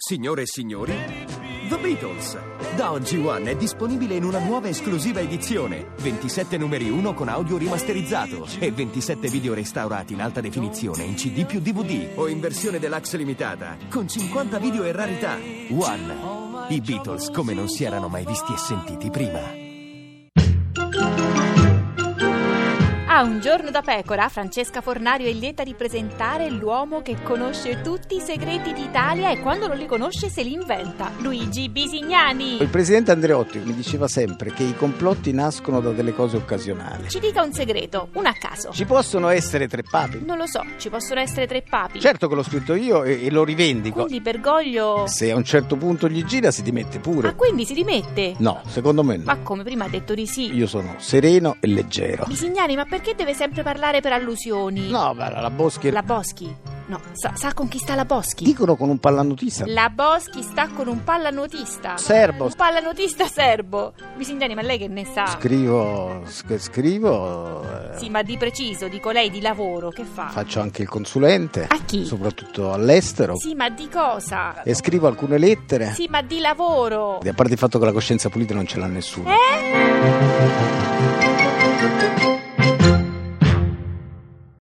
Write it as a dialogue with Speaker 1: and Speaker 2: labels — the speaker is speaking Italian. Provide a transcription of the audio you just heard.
Speaker 1: Signore e signori, The Beatles! Da oggi One è disponibile in una nuova esclusiva edizione. 27 numeri 1 con audio rimasterizzato e 27 video restaurati in alta definizione in CD più DVD o in versione deluxe limitata con 50 video e rarità. One. I Beatles come non si erano mai visti e sentiti prima.
Speaker 2: A un giorno da pecora, Francesca Fornario è lieta di presentare l'uomo che conosce tutti i segreti d'Italia e quando non li conosce se li inventa, Luigi
Speaker 3: Il
Speaker 2: Bisignani.
Speaker 3: presidente Andreotti mi diceva sempre che i complotti nascono da delle cose occasionali.
Speaker 2: Ci dica un segreto, un a caso.
Speaker 3: Ci possono essere tre papi?
Speaker 2: Non lo so, ci possono essere tre papi.
Speaker 3: Certo che l'ho scritto io e, e lo rivendico.
Speaker 2: Quindi Bergoglio...
Speaker 3: Se a un certo punto gli gira si dimette
Speaker 2: Ah,
Speaker 3: pure.
Speaker 2: quindi si dimette?
Speaker 3: No, secondo me no.
Speaker 2: Ma come prima ha detto di sì.
Speaker 3: Io sono sereno e leggero.
Speaker 2: Bisignani, ma perché deve sempre parlare per allusioni?
Speaker 3: No, ma la Boschi...
Speaker 2: La Boschi? No, sa, sa con chi sta la Boschi?
Speaker 3: Dicono con un pallanotista.
Speaker 2: La Boschi sta con un pallanotista.
Speaker 3: Serbo.
Speaker 2: Un pallanotista serbo. Bisignani, ma lei che ne sa?
Speaker 3: Scrivo... sc- scrivo... eh,
Speaker 2: Sì, ma di preciso, dico lei di lavoro, che fa?
Speaker 3: Faccio anche il consulente.
Speaker 2: A chi?
Speaker 3: Soprattutto all'estero.
Speaker 2: Sì, ma di cosa?
Speaker 3: E scrivo alcune lettere.
Speaker 2: Sì, ma di lavoro.
Speaker 3: E a parte il fatto che la coscienza pulita non ce l'ha nessuno.
Speaker 2: Eh?